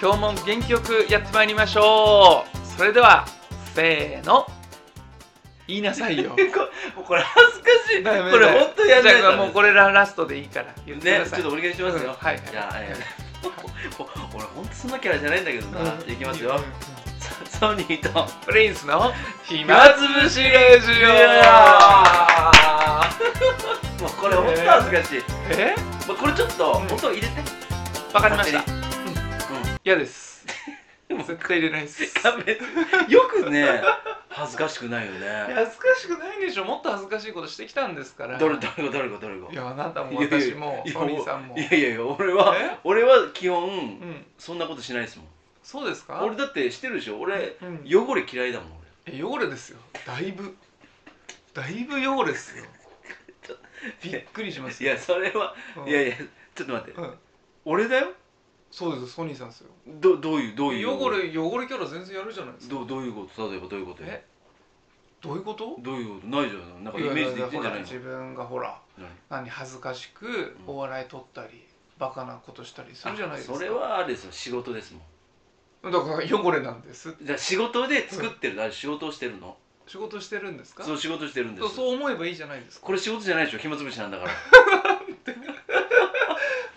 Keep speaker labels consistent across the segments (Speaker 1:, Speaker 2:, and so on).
Speaker 1: 今日も元気よくやってまいりましょうそれではせーの言いなさい よ
Speaker 2: もうこれ恥ずかしい。
Speaker 1: ダメ
Speaker 2: これ
Speaker 1: ダメ
Speaker 2: 本当やんない
Speaker 1: じゃあもうこ
Speaker 2: れ
Speaker 1: れらラストでいいから言ってく
Speaker 2: ね、
Speaker 1: だ
Speaker 2: ち
Speaker 1: さ
Speaker 2: ょっ
Speaker 1: い、
Speaker 2: とお願いしますよ。
Speaker 1: うんはい
Speaker 2: じゃあ、えーお俺本当そんなキャラじゃないんだけどな。
Speaker 1: うん
Speaker 2: いきますよ。ソソニーと。
Speaker 1: プリンスの暇つぶしラジ
Speaker 2: いやもうこれ本当恥ずかしい。
Speaker 1: オえ
Speaker 2: まあこれちょっと
Speaker 1: うん
Speaker 2: 音入れて。
Speaker 1: わかりました
Speaker 2: 勝
Speaker 1: 嫌 です絶対入れないです
Speaker 2: 手に。うん。よくね、恥ずかしくないよね。
Speaker 1: 恥ずかしくないでしょもっと恥ずかしいことしてきたんですから
Speaker 2: どれどれがどれがどれが
Speaker 1: い。やあなたも私も
Speaker 2: いや
Speaker 1: ソ
Speaker 2: いや
Speaker 1: ニーさんも
Speaker 2: いやいやいや、俺は
Speaker 1: え
Speaker 2: 俺は基
Speaker 1: う
Speaker 2: 本
Speaker 1: ん
Speaker 2: そんなことしないですもん。
Speaker 1: そうですか
Speaker 2: 俺だってしてるでしょ。俺
Speaker 1: うん
Speaker 2: 汚れ嫌いだもん。俺
Speaker 1: え汚れですよだいぶだいぶ汚れです よびっくりします
Speaker 2: いやそれは、
Speaker 1: うん
Speaker 2: いやいやちょっと待って
Speaker 1: うん
Speaker 2: 俺だよ
Speaker 1: そうですソニーさんですよ
Speaker 2: どどういうどういう
Speaker 1: 汚れ汚れキャラ全然やるじゃないですか
Speaker 2: どどういうこと例えばどういうことよ
Speaker 1: えどういうこと
Speaker 2: どういうことないじゃんなんかイメージできてんじゃないの
Speaker 1: 自分がほら
Speaker 2: 何
Speaker 1: 何恥ずかしく
Speaker 2: うん
Speaker 1: お笑い取ったりバカなことしたりするじゃないですか
Speaker 2: あそれはあれですよ仕事ですも
Speaker 1: だから汚れなんです
Speaker 2: んじゃあ仕事で作ってる、あれ仕事をしてるの
Speaker 1: 仕事してるんですか
Speaker 2: そう仕事してるんです
Speaker 1: そう思えばいいじゃないですか
Speaker 2: これ仕事じゃないでしょ暇つぶしなん だから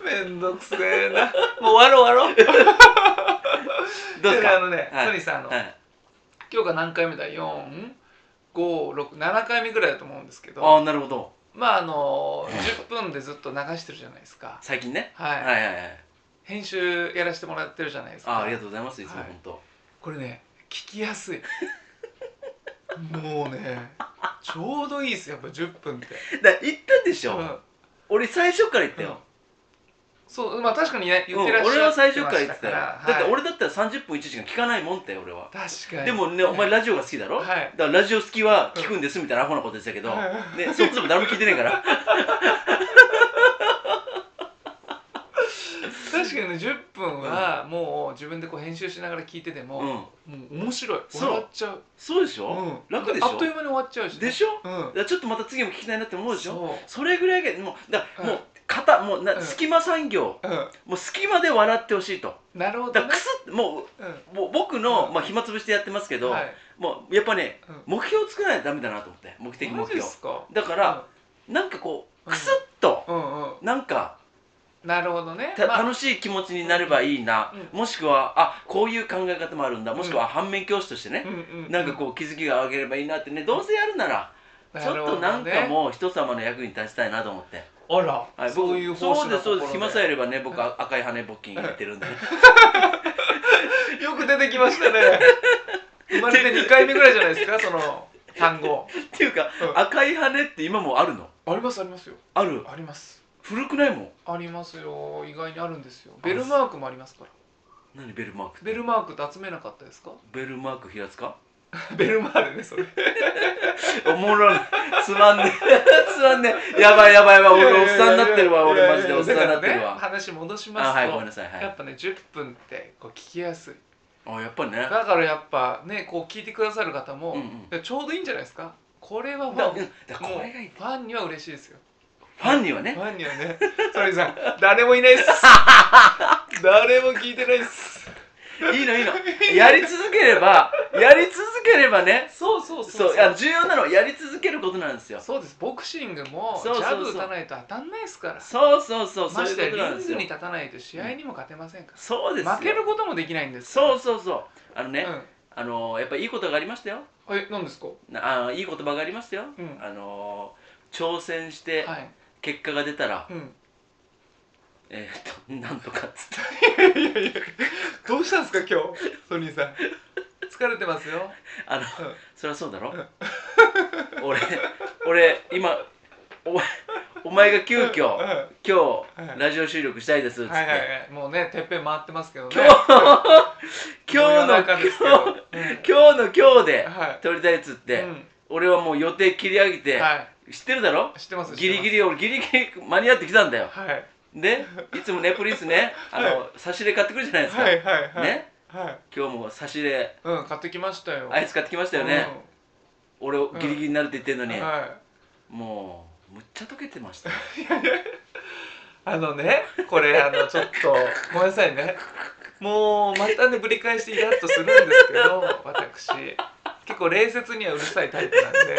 Speaker 1: めんどくせえなもう終わろう終わろう
Speaker 2: どうです
Speaker 1: で
Speaker 2: か
Speaker 1: ね あのね、
Speaker 2: はい
Speaker 1: ソニーさんあの、
Speaker 2: はい、
Speaker 1: 今日が何回目だ456回目ぐらいだと思うんですけ
Speaker 2: あ
Speaker 1: ど
Speaker 2: あなるほど
Speaker 1: まああの10分でずっと流してるじゃないですか
Speaker 2: 最近ね、
Speaker 1: はい、
Speaker 2: はいはいはい
Speaker 1: 編集やらせてもらってるじゃないですか
Speaker 2: ああありがとうございますいつも
Speaker 1: はい
Speaker 2: 本当、
Speaker 1: これね聞きやすいもうねちょうどいいですやっぱ10分って
Speaker 2: だから言ったでしょ、
Speaker 1: うん
Speaker 2: 俺最初から言ったよ、
Speaker 1: そうまあ確かにね言ってらっしゃ
Speaker 2: 俺は最初から言っ
Speaker 1: ま
Speaker 2: て
Speaker 1: した
Speaker 2: よ、
Speaker 1: ら
Speaker 2: だって
Speaker 1: はい
Speaker 2: 俺だったら30分1時間聞かないもんって俺は、
Speaker 1: 確かに
Speaker 2: でもねお前ラジオが好きだろ、
Speaker 1: はい
Speaker 2: だからラジオ好きは聞くんですみたいなアホなこと言ってたけど、
Speaker 1: はい
Speaker 2: ね、そもそも誰も聞いてないから
Speaker 1: 確かにね10分はもう自分でこう編集しながら聞いてて
Speaker 2: う
Speaker 1: も、
Speaker 2: ん
Speaker 1: もう面白い
Speaker 2: そう
Speaker 1: 笑っちゃう
Speaker 2: そうでし
Speaker 1: う
Speaker 2: ょ
Speaker 1: ん、
Speaker 2: 楽でしょ
Speaker 1: あっという間に終わっちゃうしね、
Speaker 2: でしょ
Speaker 1: う
Speaker 2: だ
Speaker 1: ん
Speaker 2: からちょっとまた次も聞きたいなって思うでしょ
Speaker 1: そう
Speaker 2: それぐらいがもうだからも
Speaker 1: う
Speaker 2: うん型もうな、
Speaker 1: うん
Speaker 2: 隙間産業
Speaker 1: う
Speaker 2: もう隙間で笑ってほしいと
Speaker 1: ん、なるほ
Speaker 2: だ
Speaker 1: ど
Speaker 2: か
Speaker 1: ね
Speaker 2: らくすっても
Speaker 1: う
Speaker 2: うもう僕の、
Speaker 1: うん
Speaker 2: まあ、暇つぶしてやってますけど、
Speaker 1: んはい
Speaker 2: もうやっぱね
Speaker 1: うん
Speaker 2: 目標作らないとダメだなと思って目的目
Speaker 1: マジで
Speaker 2: 標
Speaker 1: すか
Speaker 2: だから、なんかこう
Speaker 1: うん
Speaker 2: くすっと、
Speaker 1: うんうん
Speaker 2: なんか
Speaker 1: なるほどね
Speaker 2: た
Speaker 1: まあ
Speaker 2: 楽しい気持ちになればいいな、
Speaker 1: うん
Speaker 2: もしくはあこういう考え方もあるんだもしく
Speaker 1: う
Speaker 2: は反面教師としてね、
Speaker 1: うんうん
Speaker 2: なんかこう気づきが上げればいいなってねどうせやるなら、
Speaker 1: な
Speaker 2: ちょ
Speaker 1: る
Speaker 2: っ
Speaker 1: ほ
Speaker 2: と
Speaker 1: どね
Speaker 2: なんかもう人様の役に立ちたいなと思って、
Speaker 1: あら、
Speaker 2: はい、僕
Speaker 1: そういう方
Speaker 2: そう
Speaker 1: 針
Speaker 2: ですそうです暇さえ
Speaker 1: よ
Speaker 2: あればね僕は赤い羽募金入ってるんで、ね、
Speaker 1: よく出てきましたね 生まれて2回目ぐらいじゃないですかその単語
Speaker 2: っていうか、
Speaker 1: うん
Speaker 2: 赤い羽って今もうあるの
Speaker 1: ありますありますよ
Speaker 2: ある
Speaker 1: あります
Speaker 2: 古くないもん
Speaker 1: ありますよ意外にあるんですよベルマークもありますから
Speaker 2: 何ベルマーク
Speaker 1: ベルマークって集めなかったですか
Speaker 2: ベルマーク平塚
Speaker 1: ベルマーレねそれ
Speaker 2: おもろいつまんねえつまんねえやばいやばいやばい俺おっさんになってるわ俺マジでおっさんになってる
Speaker 1: いやいやだからね
Speaker 2: わ
Speaker 1: 話戻し
Speaker 2: あは
Speaker 1: ま
Speaker 2: い
Speaker 1: す
Speaker 2: ご
Speaker 1: と
Speaker 2: めんなさいはい
Speaker 1: やっぱね10分ってこう聞きやすい
Speaker 2: あやっぱりね
Speaker 1: だからやっぱねこう聞いてくださる方も
Speaker 2: うんうん
Speaker 1: でちょうどいいんじゃないですかこれはファン
Speaker 2: だうん
Speaker 1: もう
Speaker 2: だ
Speaker 1: フ
Speaker 2: からこれがいい
Speaker 1: ァンには嬉しいですよ
Speaker 2: ファンには
Speaker 1: フ
Speaker 2: ね
Speaker 1: ァンにはねそれさん誰もいないっす誰も聞いてないっす
Speaker 2: いいのいいのやり続ければやり続ければね
Speaker 1: そうそうそう
Speaker 2: そういや重要なのはやり続けることなんですよ
Speaker 1: そうですボクシングもジ
Speaker 2: そうそうそ
Speaker 1: ャ
Speaker 2: う
Speaker 1: ブ打たないと当たんないですから
Speaker 2: そうそうそうそ
Speaker 1: ま
Speaker 2: ういう
Speaker 1: してや
Speaker 2: こと
Speaker 1: リ
Speaker 2: なん
Speaker 1: ン
Speaker 2: です
Speaker 1: グ
Speaker 2: よ
Speaker 1: に立たないと試合にも勝てませんか
Speaker 2: そうですよ
Speaker 1: ら負けることもできないんですから
Speaker 2: そうそうそうあのね
Speaker 1: うん
Speaker 2: あのーやっぱいいことがありましたよ
Speaker 1: え、何ですかは
Speaker 2: なあーいい言葉がありましたよ
Speaker 1: うん
Speaker 2: あのー挑戦して
Speaker 1: い。
Speaker 2: 結果が出たら
Speaker 1: うん。
Speaker 2: えーっとなんとかっつって
Speaker 1: いやいや、どうしたんですか今日、ソニーさん。疲れてますよ。
Speaker 2: あの
Speaker 1: うん
Speaker 2: そりゃそうだろ俺俺今お前お前が急
Speaker 1: う
Speaker 2: 遽
Speaker 1: ん
Speaker 2: 今
Speaker 1: はい
Speaker 2: 日ラジオ収録したいですっつって、
Speaker 1: はいはいはい。もうね、てっぺん回ってますけどね。
Speaker 2: 今日
Speaker 1: もう
Speaker 2: 今日
Speaker 1: 夜
Speaker 2: の
Speaker 1: 中ですけど
Speaker 2: 今
Speaker 1: うん
Speaker 2: 日今日の今日で
Speaker 1: は
Speaker 2: 撮りたいっつっ
Speaker 1: い。
Speaker 2: て、
Speaker 1: う
Speaker 2: 俺はもう予定切り上げて、
Speaker 1: んは
Speaker 2: 知ってるだろ
Speaker 1: い。知ってます。
Speaker 2: ギリギ
Speaker 1: リ。
Speaker 2: リ俺ギリギリ間に合ってきたんだよ
Speaker 1: はい。
Speaker 2: でいつもねプリンスねあの、
Speaker 1: は
Speaker 2: 差し入れ買ってくるじゃないですか、
Speaker 1: はいはいはい。。
Speaker 2: ね
Speaker 1: はい。
Speaker 2: 今日も差し入れ
Speaker 1: うん、買ってきましたよ。
Speaker 2: アイス買ってきましたよね、俺をギリギリになるって言ってんの
Speaker 1: うん。
Speaker 2: に、
Speaker 1: はい。
Speaker 2: もうむっちゃ溶けてましたよ
Speaker 1: あのね、これあのちょっとごめんなさいね。もうまたねぶり返してイラッとするんですけど私結構礼節にはうるさいタイプなんで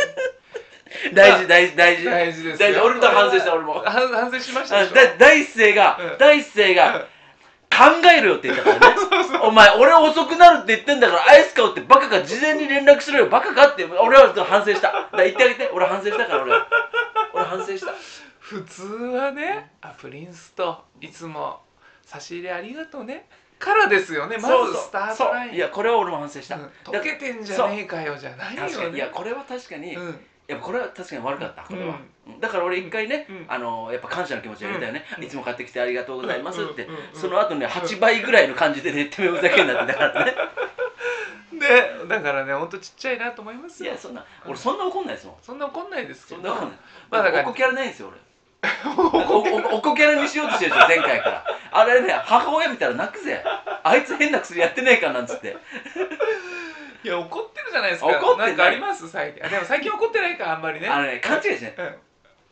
Speaker 2: 大事大事大事
Speaker 1: 大事ですよ
Speaker 2: 大事俺も反省した俺も
Speaker 1: は 反省しましたで
Speaker 2: あ
Speaker 1: しょ
Speaker 2: だ第一声が、
Speaker 1: うん
Speaker 2: 第一声が、考えるよって言ったからねお前俺遅くなるって言ってんだからアイス買うってバカか事前に連絡しろよバカかって俺はちょっと反省しただから言ってあげて俺反省したから俺俺反省した
Speaker 1: 普通はねあプリンスといつも差し入れありがとうねからですよねま
Speaker 2: そう
Speaker 1: ず
Speaker 2: そう
Speaker 1: スタートライン
Speaker 2: そういやこれは俺も反省した、
Speaker 1: うん
Speaker 2: だ
Speaker 1: 溶
Speaker 2: け
Speaker 1: けてんじゃねえかよじゃないよね
Speaker 2: 確かにいやこれは確かに、
Speaker 1: う
Speaker 2: い
Speaker 1: ん
Speaker 2: やこれは確かに悪かったこれは、だから俺一回ね、
Speaker 1: うん
Speaker 2: あのやっぱ感謝の気持ちで言ったよね、
Speaker 1: うん
Speaker 2: いつも買ってきてありがとうございますって、
Speaker 1: うんうんうん
Speaker 2: その後ね8倍ぐらいの感じでねってめふざけになってたからね
Speaker 1: でだからねほんとちっちゃいなと 思います
Speaker 2: い
Speaker 1: よ
Speaker 2: やそんな俺そんな怒んないですもん
Speaker 1: そんな怒んないですけ
Speaker 2: そ
Speaker 1: ど
Speaker 2: んな怒んない
Speaker 1: まあだから
Speaker 2: おこキャラないんですよ俺おおおこキャラにしようとしてるでしょ前回からあれね母親見たら泣くぜあいつ変な薬やってねえかなんつって
Speaker 1: いや怒ってるじゃないですか
Speaker 2: 怒ってない
Speaker 1: んかあります最近あでも最近怒ってないかあんまりね
Speaker 2: あのね勘違いしない
Speaker 1: うん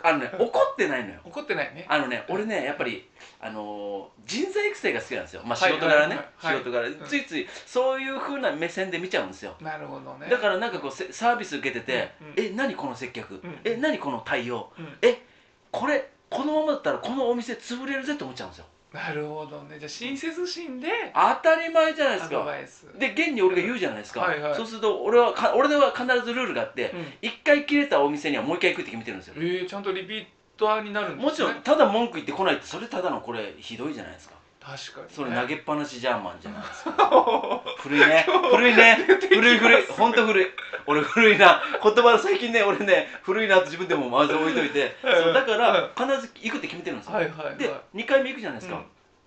Speaker 2: あのね怒ってないのよ
Speaker 1: 怒ってないね
Speaker 2: あのね俺ねやっぱりあのー人材育成が好きなんですよまあ
Speaker 1: は
Speaker 2: 仕
Speaker 1: い
Speaker 2: 事柄ね
Speaker 1: はいはい
Speaker 2: 仕事柄
Speaker 1: うん
Speaker 2: ついついそういう風な目線で見ちゃうんですよ
Speaker 1: なるほどね
Speaker 2: だからなんかこうせサービス受けてて
Speaker 1: うんうん
Speaker 2: 「え何この接客
Speaker 1: うん
Speaker 2: え何この対応
Speaker 1: うん
Speaker 2: えこれこのままだったらこのお店潰れるぜ」って思っちゃうんですよ
Speaker 1: なるほどねじゃあ親切心で
Speaker 2: 当たり前じゃないで
Speaker 1: ア
Speaker 2: す
Speaker 1: ド
Speaker 2: か
Speaker 1: バイス
Speaker 2: で現に俺が言うじゃないですか、
Speaker 1: はいはい
Speaker 2: そうすると俺はか俺では必ずルールがあって
Speaker 1: うん
Speaker 2: 一、回切れたお店にはもう一回行くって決めてるんですよ、
Speaker 1: えー、ちゃんとリピーターになるんですね
Speaker 2: もちろんただ文句言ってこないってそれただのこれひどいじゃないですか
Speaker 1: 確かに、ね、
Speaker 2: それ投げっぱなしジャーマンじゃないですか
Speaker 1: は
Speaker 2: 古い ね古いね古い古いほんと古い俺古いな言葉の最近ね俺ね古いなって自分でもまず置いとい て
Speaker 1: うん
Speaker 2: そうだから必ず行くって決めてるんですよ、
Speaker 1: いはいはい
Speaker 2: で2回目行くじゃないですか、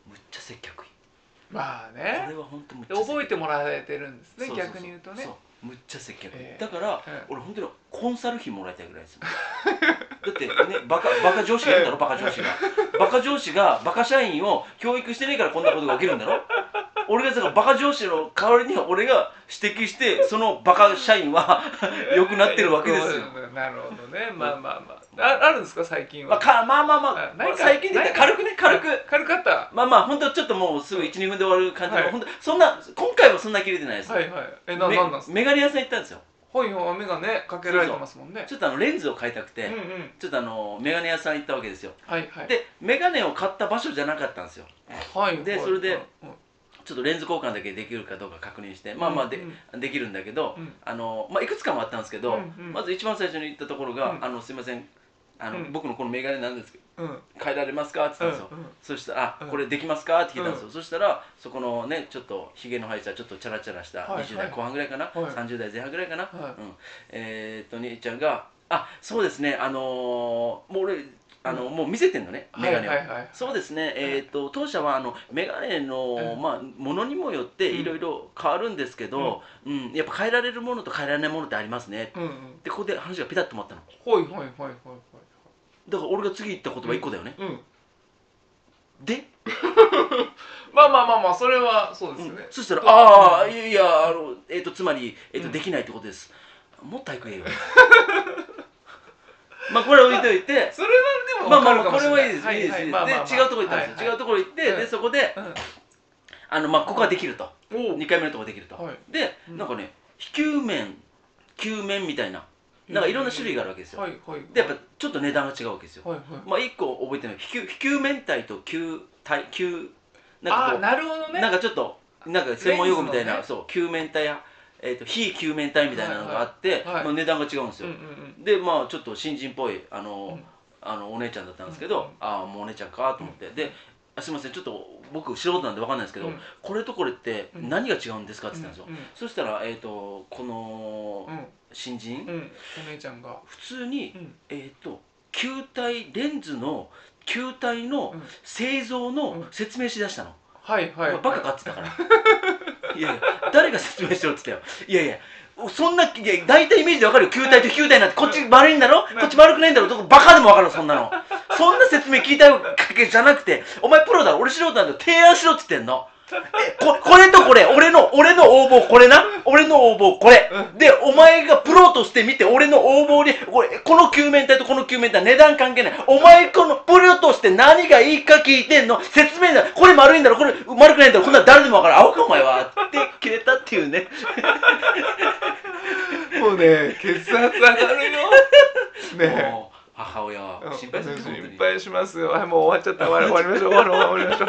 Speaker 2: むっちゃ接客いい
Speaker 1: まあ
Speaker 2: こ
Speaker 1: ね
Speaker 2: れはほんとむっち
Speaker 1: で
Speaker 2: ゃ接客
Speaker 1: 覚えてもらえてるんですね
Speaker 2: そうそうそう
Speaker 1: 逆に言うとね
Speaker 2: そうむっちゃ接客、
Speaker 1: ええ
Speaker 2: だから、
Speaker 1: ええ
Speaker 2: 俺本当にコンサル費もらいたいぐらいですよだってねバカバカ上司がいるんだろバカ上司がバカ上司がバカ社員を教育してねえからこんなことが起きるんだろ俺がだからバカ上司の代わりに俺が指摘してそのバカ社員は良くなってるわけですよ、
Speaker 1: なるほどねまあまあまあああるんですか最近
Speaker 2: まあ、
Speaker 1: は、
Speaker 2: かまあまあまあ
Speaker 1: あないか
Speaker 2: 最近で言ったら軽くね軽く
Speaker 1: 軽かった
Speaker 2: まあまあ本当ちょっともうすぐ12分で終わる感じの、
Speaker 1: はい
Speaker 2: 本当そんな今回はそんな切れてないです、
Speaker 1: はいはいえな
Speaker 2: め
Speaker 1: なんなんですか
Speaker 2: メガネ屋さん行ったんですよ
Speaker 1: 本よ目がねかけられてますもんね
Speaker 2: ちょっとあのレンズを買いたくて、
Speaker 1: うんうん
Speaker 2: ちょっとあのメガネ屋さん行ったわけですよ
Speaker 1: はいはい
Speaker 2: でメガネを買った場所じゃなかったんですよ
Speaker 1: はいはい
Speaker 2: でそれで
Speaker 1: はい
Speaker 2: ちょっとレンズ交換だけできるかどうか確認してまあまあで,、
Speaker 1: うん
Speaker 2: できるんだけど、
Speaker 1: うん
Speaker 2: あのまあ、いくつかもあったんですけ
Speaker 1: う
Speaker 2: ど、
Speaker 1: んうん
Speaker 2: まず一番最初に行ったところが「
Speaker 1: うん
Speaker 2: あのすいませんあの、
Speaker 1: うん
Speaker 2: 僕のこのメガネなんですけ
Speaker 1: う
Speaker 2: ど
Speaker 1: んうん
Speaker 2: 変えられますか?」って言ったんですよ、
Speaker 1: うんうん
Speaker 2: そしたら「あ
Speaker 1: うん
Speaker 2: これできますか?」って聞いたんですよ、そしたらそこのねちょっとひげの生えたちょっとチャラチャラした
Speaker 1: はい
Speaker 2: 20代後半ぐらいかな、
Speaker 1: はい
Speaker 2: 30代前半ぐらいかな、
Speaker 1: は
Speaker 2: うん、えー、っと兄ちゃんが「あそうですねあのー、もう俺あの、もう見せてんのね
Speaker 1: い
Speaker 2: メガネを」
Speaker 1: はいはいはい
Speaker 2: そうですね、えー、と当社はあのメガネの、
Speaker 1: うん
Speaker 2: まあ、ものにもよって
Speaker 1: うん
Speaker 2: いろいろ変わるんですけど、うんやっぱ変えられるものと変えられないものってありますね
Speaker 1: うんうん
Speaker 2: でここで話がピタッと止まったの
Speaker 1: ほいほいほいほいほい
Speaker 2: だから俺が次言った言葉1個だよね、
Speaker 1: うん
Speaker 2: で、
Speaker 1: まあまあまあまあそれはそうで
Speaker 2: う
Speaker 1: すよ
Speaker 2: ん
Speaker 1: ね
Speaker 2: そしたら
Speaker 1: う
Speaker 2: 「
Speaker 1: ん
Speaker 2: ああいやいやあの、えー、とつまり、えーと
Speaker 1: うん
Speaker 2: できないってことですもっと早く言えよ」 まあこれは置いとい て
Speaker 1: それはでも
Speaker 2: まあ
Speaker 1: わ
Speaker 2: ま
Speaker 1: かる
Speaker 2: あまあ
Speaker 1: か
Speaker 2: こ
Speaker 1: もし
Speaker 2: れ
Speaker 1: れ
Speaker 2: は
Speaker 1: ない
Speaker 2: いいです、
Speaker 1: はい
Speaker 2: い、いです、
Speaker 1: はいまあまあまあ
Speaker 2: で違うとこ行ったんですよ、違うところ行って、
Speaker 1: うん
Speaker 2: でそこであの、まあ、ここはできると
Speaker 1: うんお
Speaker 2: 2回目のところできると、
Speaker 1: はい
Speaker 2: で
Speaker 1: うん
Speaker 2: なんかね非球面球面みたいななんかいろんな種類があるわけですよ、
Speaker 1: はいはい
Speaker 2: でやっぱちょっと値段が違うわけですよ、
Speaker 1: はいはい
Speaker 2: まあ1個覚えてない非球非球面体と球体球なん
Speaker 1: あ
Speaker 2: か
Speaker 1: あ
Speaker 2: こ
Speaker 1: なるほど
Speaker 2: う
Speaker 1: ね
Speaker 2: なんかちょっとなんか専門用語みたい
Speaker 1: レンズ
Speaker 2: な、
Speaker 1: のね
Speaker 2: そう球面体や、えー、と非球面体みたいなのがあって、
Speaker 1: いはい
Speaker 2: まあ、値段が違うんです
Speaker 1: う
Speaker 2: よ
Speaker 1: んう、ん
Speaker 2: でまあちょっと新人っぽいあの、
Speaker 1: うん
Speaker 2: あのお姉ちゃんだったんですけ
Speaker 1: うん
Speaker 2: ど、ああもうお姉ちゃんかと思って、であすいませんちょっと僕素人なんでわかんないですけど、
Speaker 1: うん
Speaker 2: これとこれって
Speaker 1: うん
Speaker 2: 何が違うんですかって言ったんですよ、
Speaker 1: うん
Speaker 2: そしたら、えー、とこの
Speaker 1: うん
Speaker 2: 新人、
Speaker 1: うんうんお姉ちゃんが
Speaker 2: 普通に、
Speaker 1: うん
Speaker 2: えー、と球体レンズの球体の
Speaker 1: うん
Speaker 2: 製造
Speaker 1: う
Speaker 2: の
Speaker 1: ん
Speaker 2: 説明しだしたの、
Speaker 1: はいはい
Speaker 2: バカかって言ったからいやいや誰が説明しろって言ったよいやいやそんないや大体イメージでわかるよ球体と球体なんてこっち丸いんだろこっち丸くないんだろどこバカでもわかるそんなのそんな説明聞いたわけじゃなくてお前プロだろ俺素人なんだよ提案しろって言ってんのここれとこれ俺の俺の応募これな俺の応募これでお前がプロとして見て俺の応募にこれこの救命隊とこの救命隊値段関係ないお前このプロとして何がいいか聞いてんの説明だこれ丸いんだろこれ丸くないんだろこんなの誰でも分かる青かお前はって切れたっていうね
Speaker 1: もうね血圧上がるよ ね
Speaker 2: もう母親は心配するよ本当に
Speaker 1: 心配しますよはいもう終わっちゃった終わり終わりましょう終わろう終わりましょ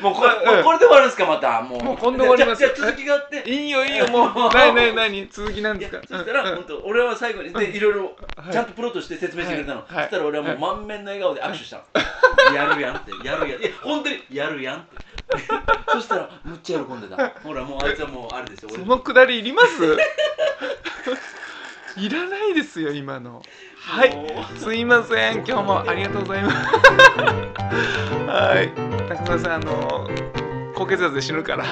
Speaker 2: もうこれ,、
Speaker 1: うん
Speaker 2: これで終わるんですかまたもう
Speaker 1: もう今度終わります
Speaker 2: じゃ
Speaker 1: よ
Speaker 2: あじゃあ続きがあって
Speaker 1: う いいよいいよもう 何何何続きなん
Speaker 2: い
Speaker 1: で
Speaker 2: や
Speaker 1: すか
Speaker 2: そしたら、
Speaker 1: うん
Speaker 2: 本当、俺は最後に、で、いろいろ、
Speaker 1: はい
Speaker 2: ちゃんとプロとして説明してくれたの。
Speaker 1: はい
Speaker 2: そしたら、俺はもう満面の笑顔で握手した の。やるやんって、やるやん。いや、本当に、やるやんって。 そしたら、むっちゃ喜んでた。ほら、もうあいつはもう、あれですよ、
Speaker 1: そ
Speaker 2: 俺も。
Speaker 1: のくだりいります いらないですよ今のはいすいません今日もありがとうございますはい高澤さんあの高血圧で死ぬから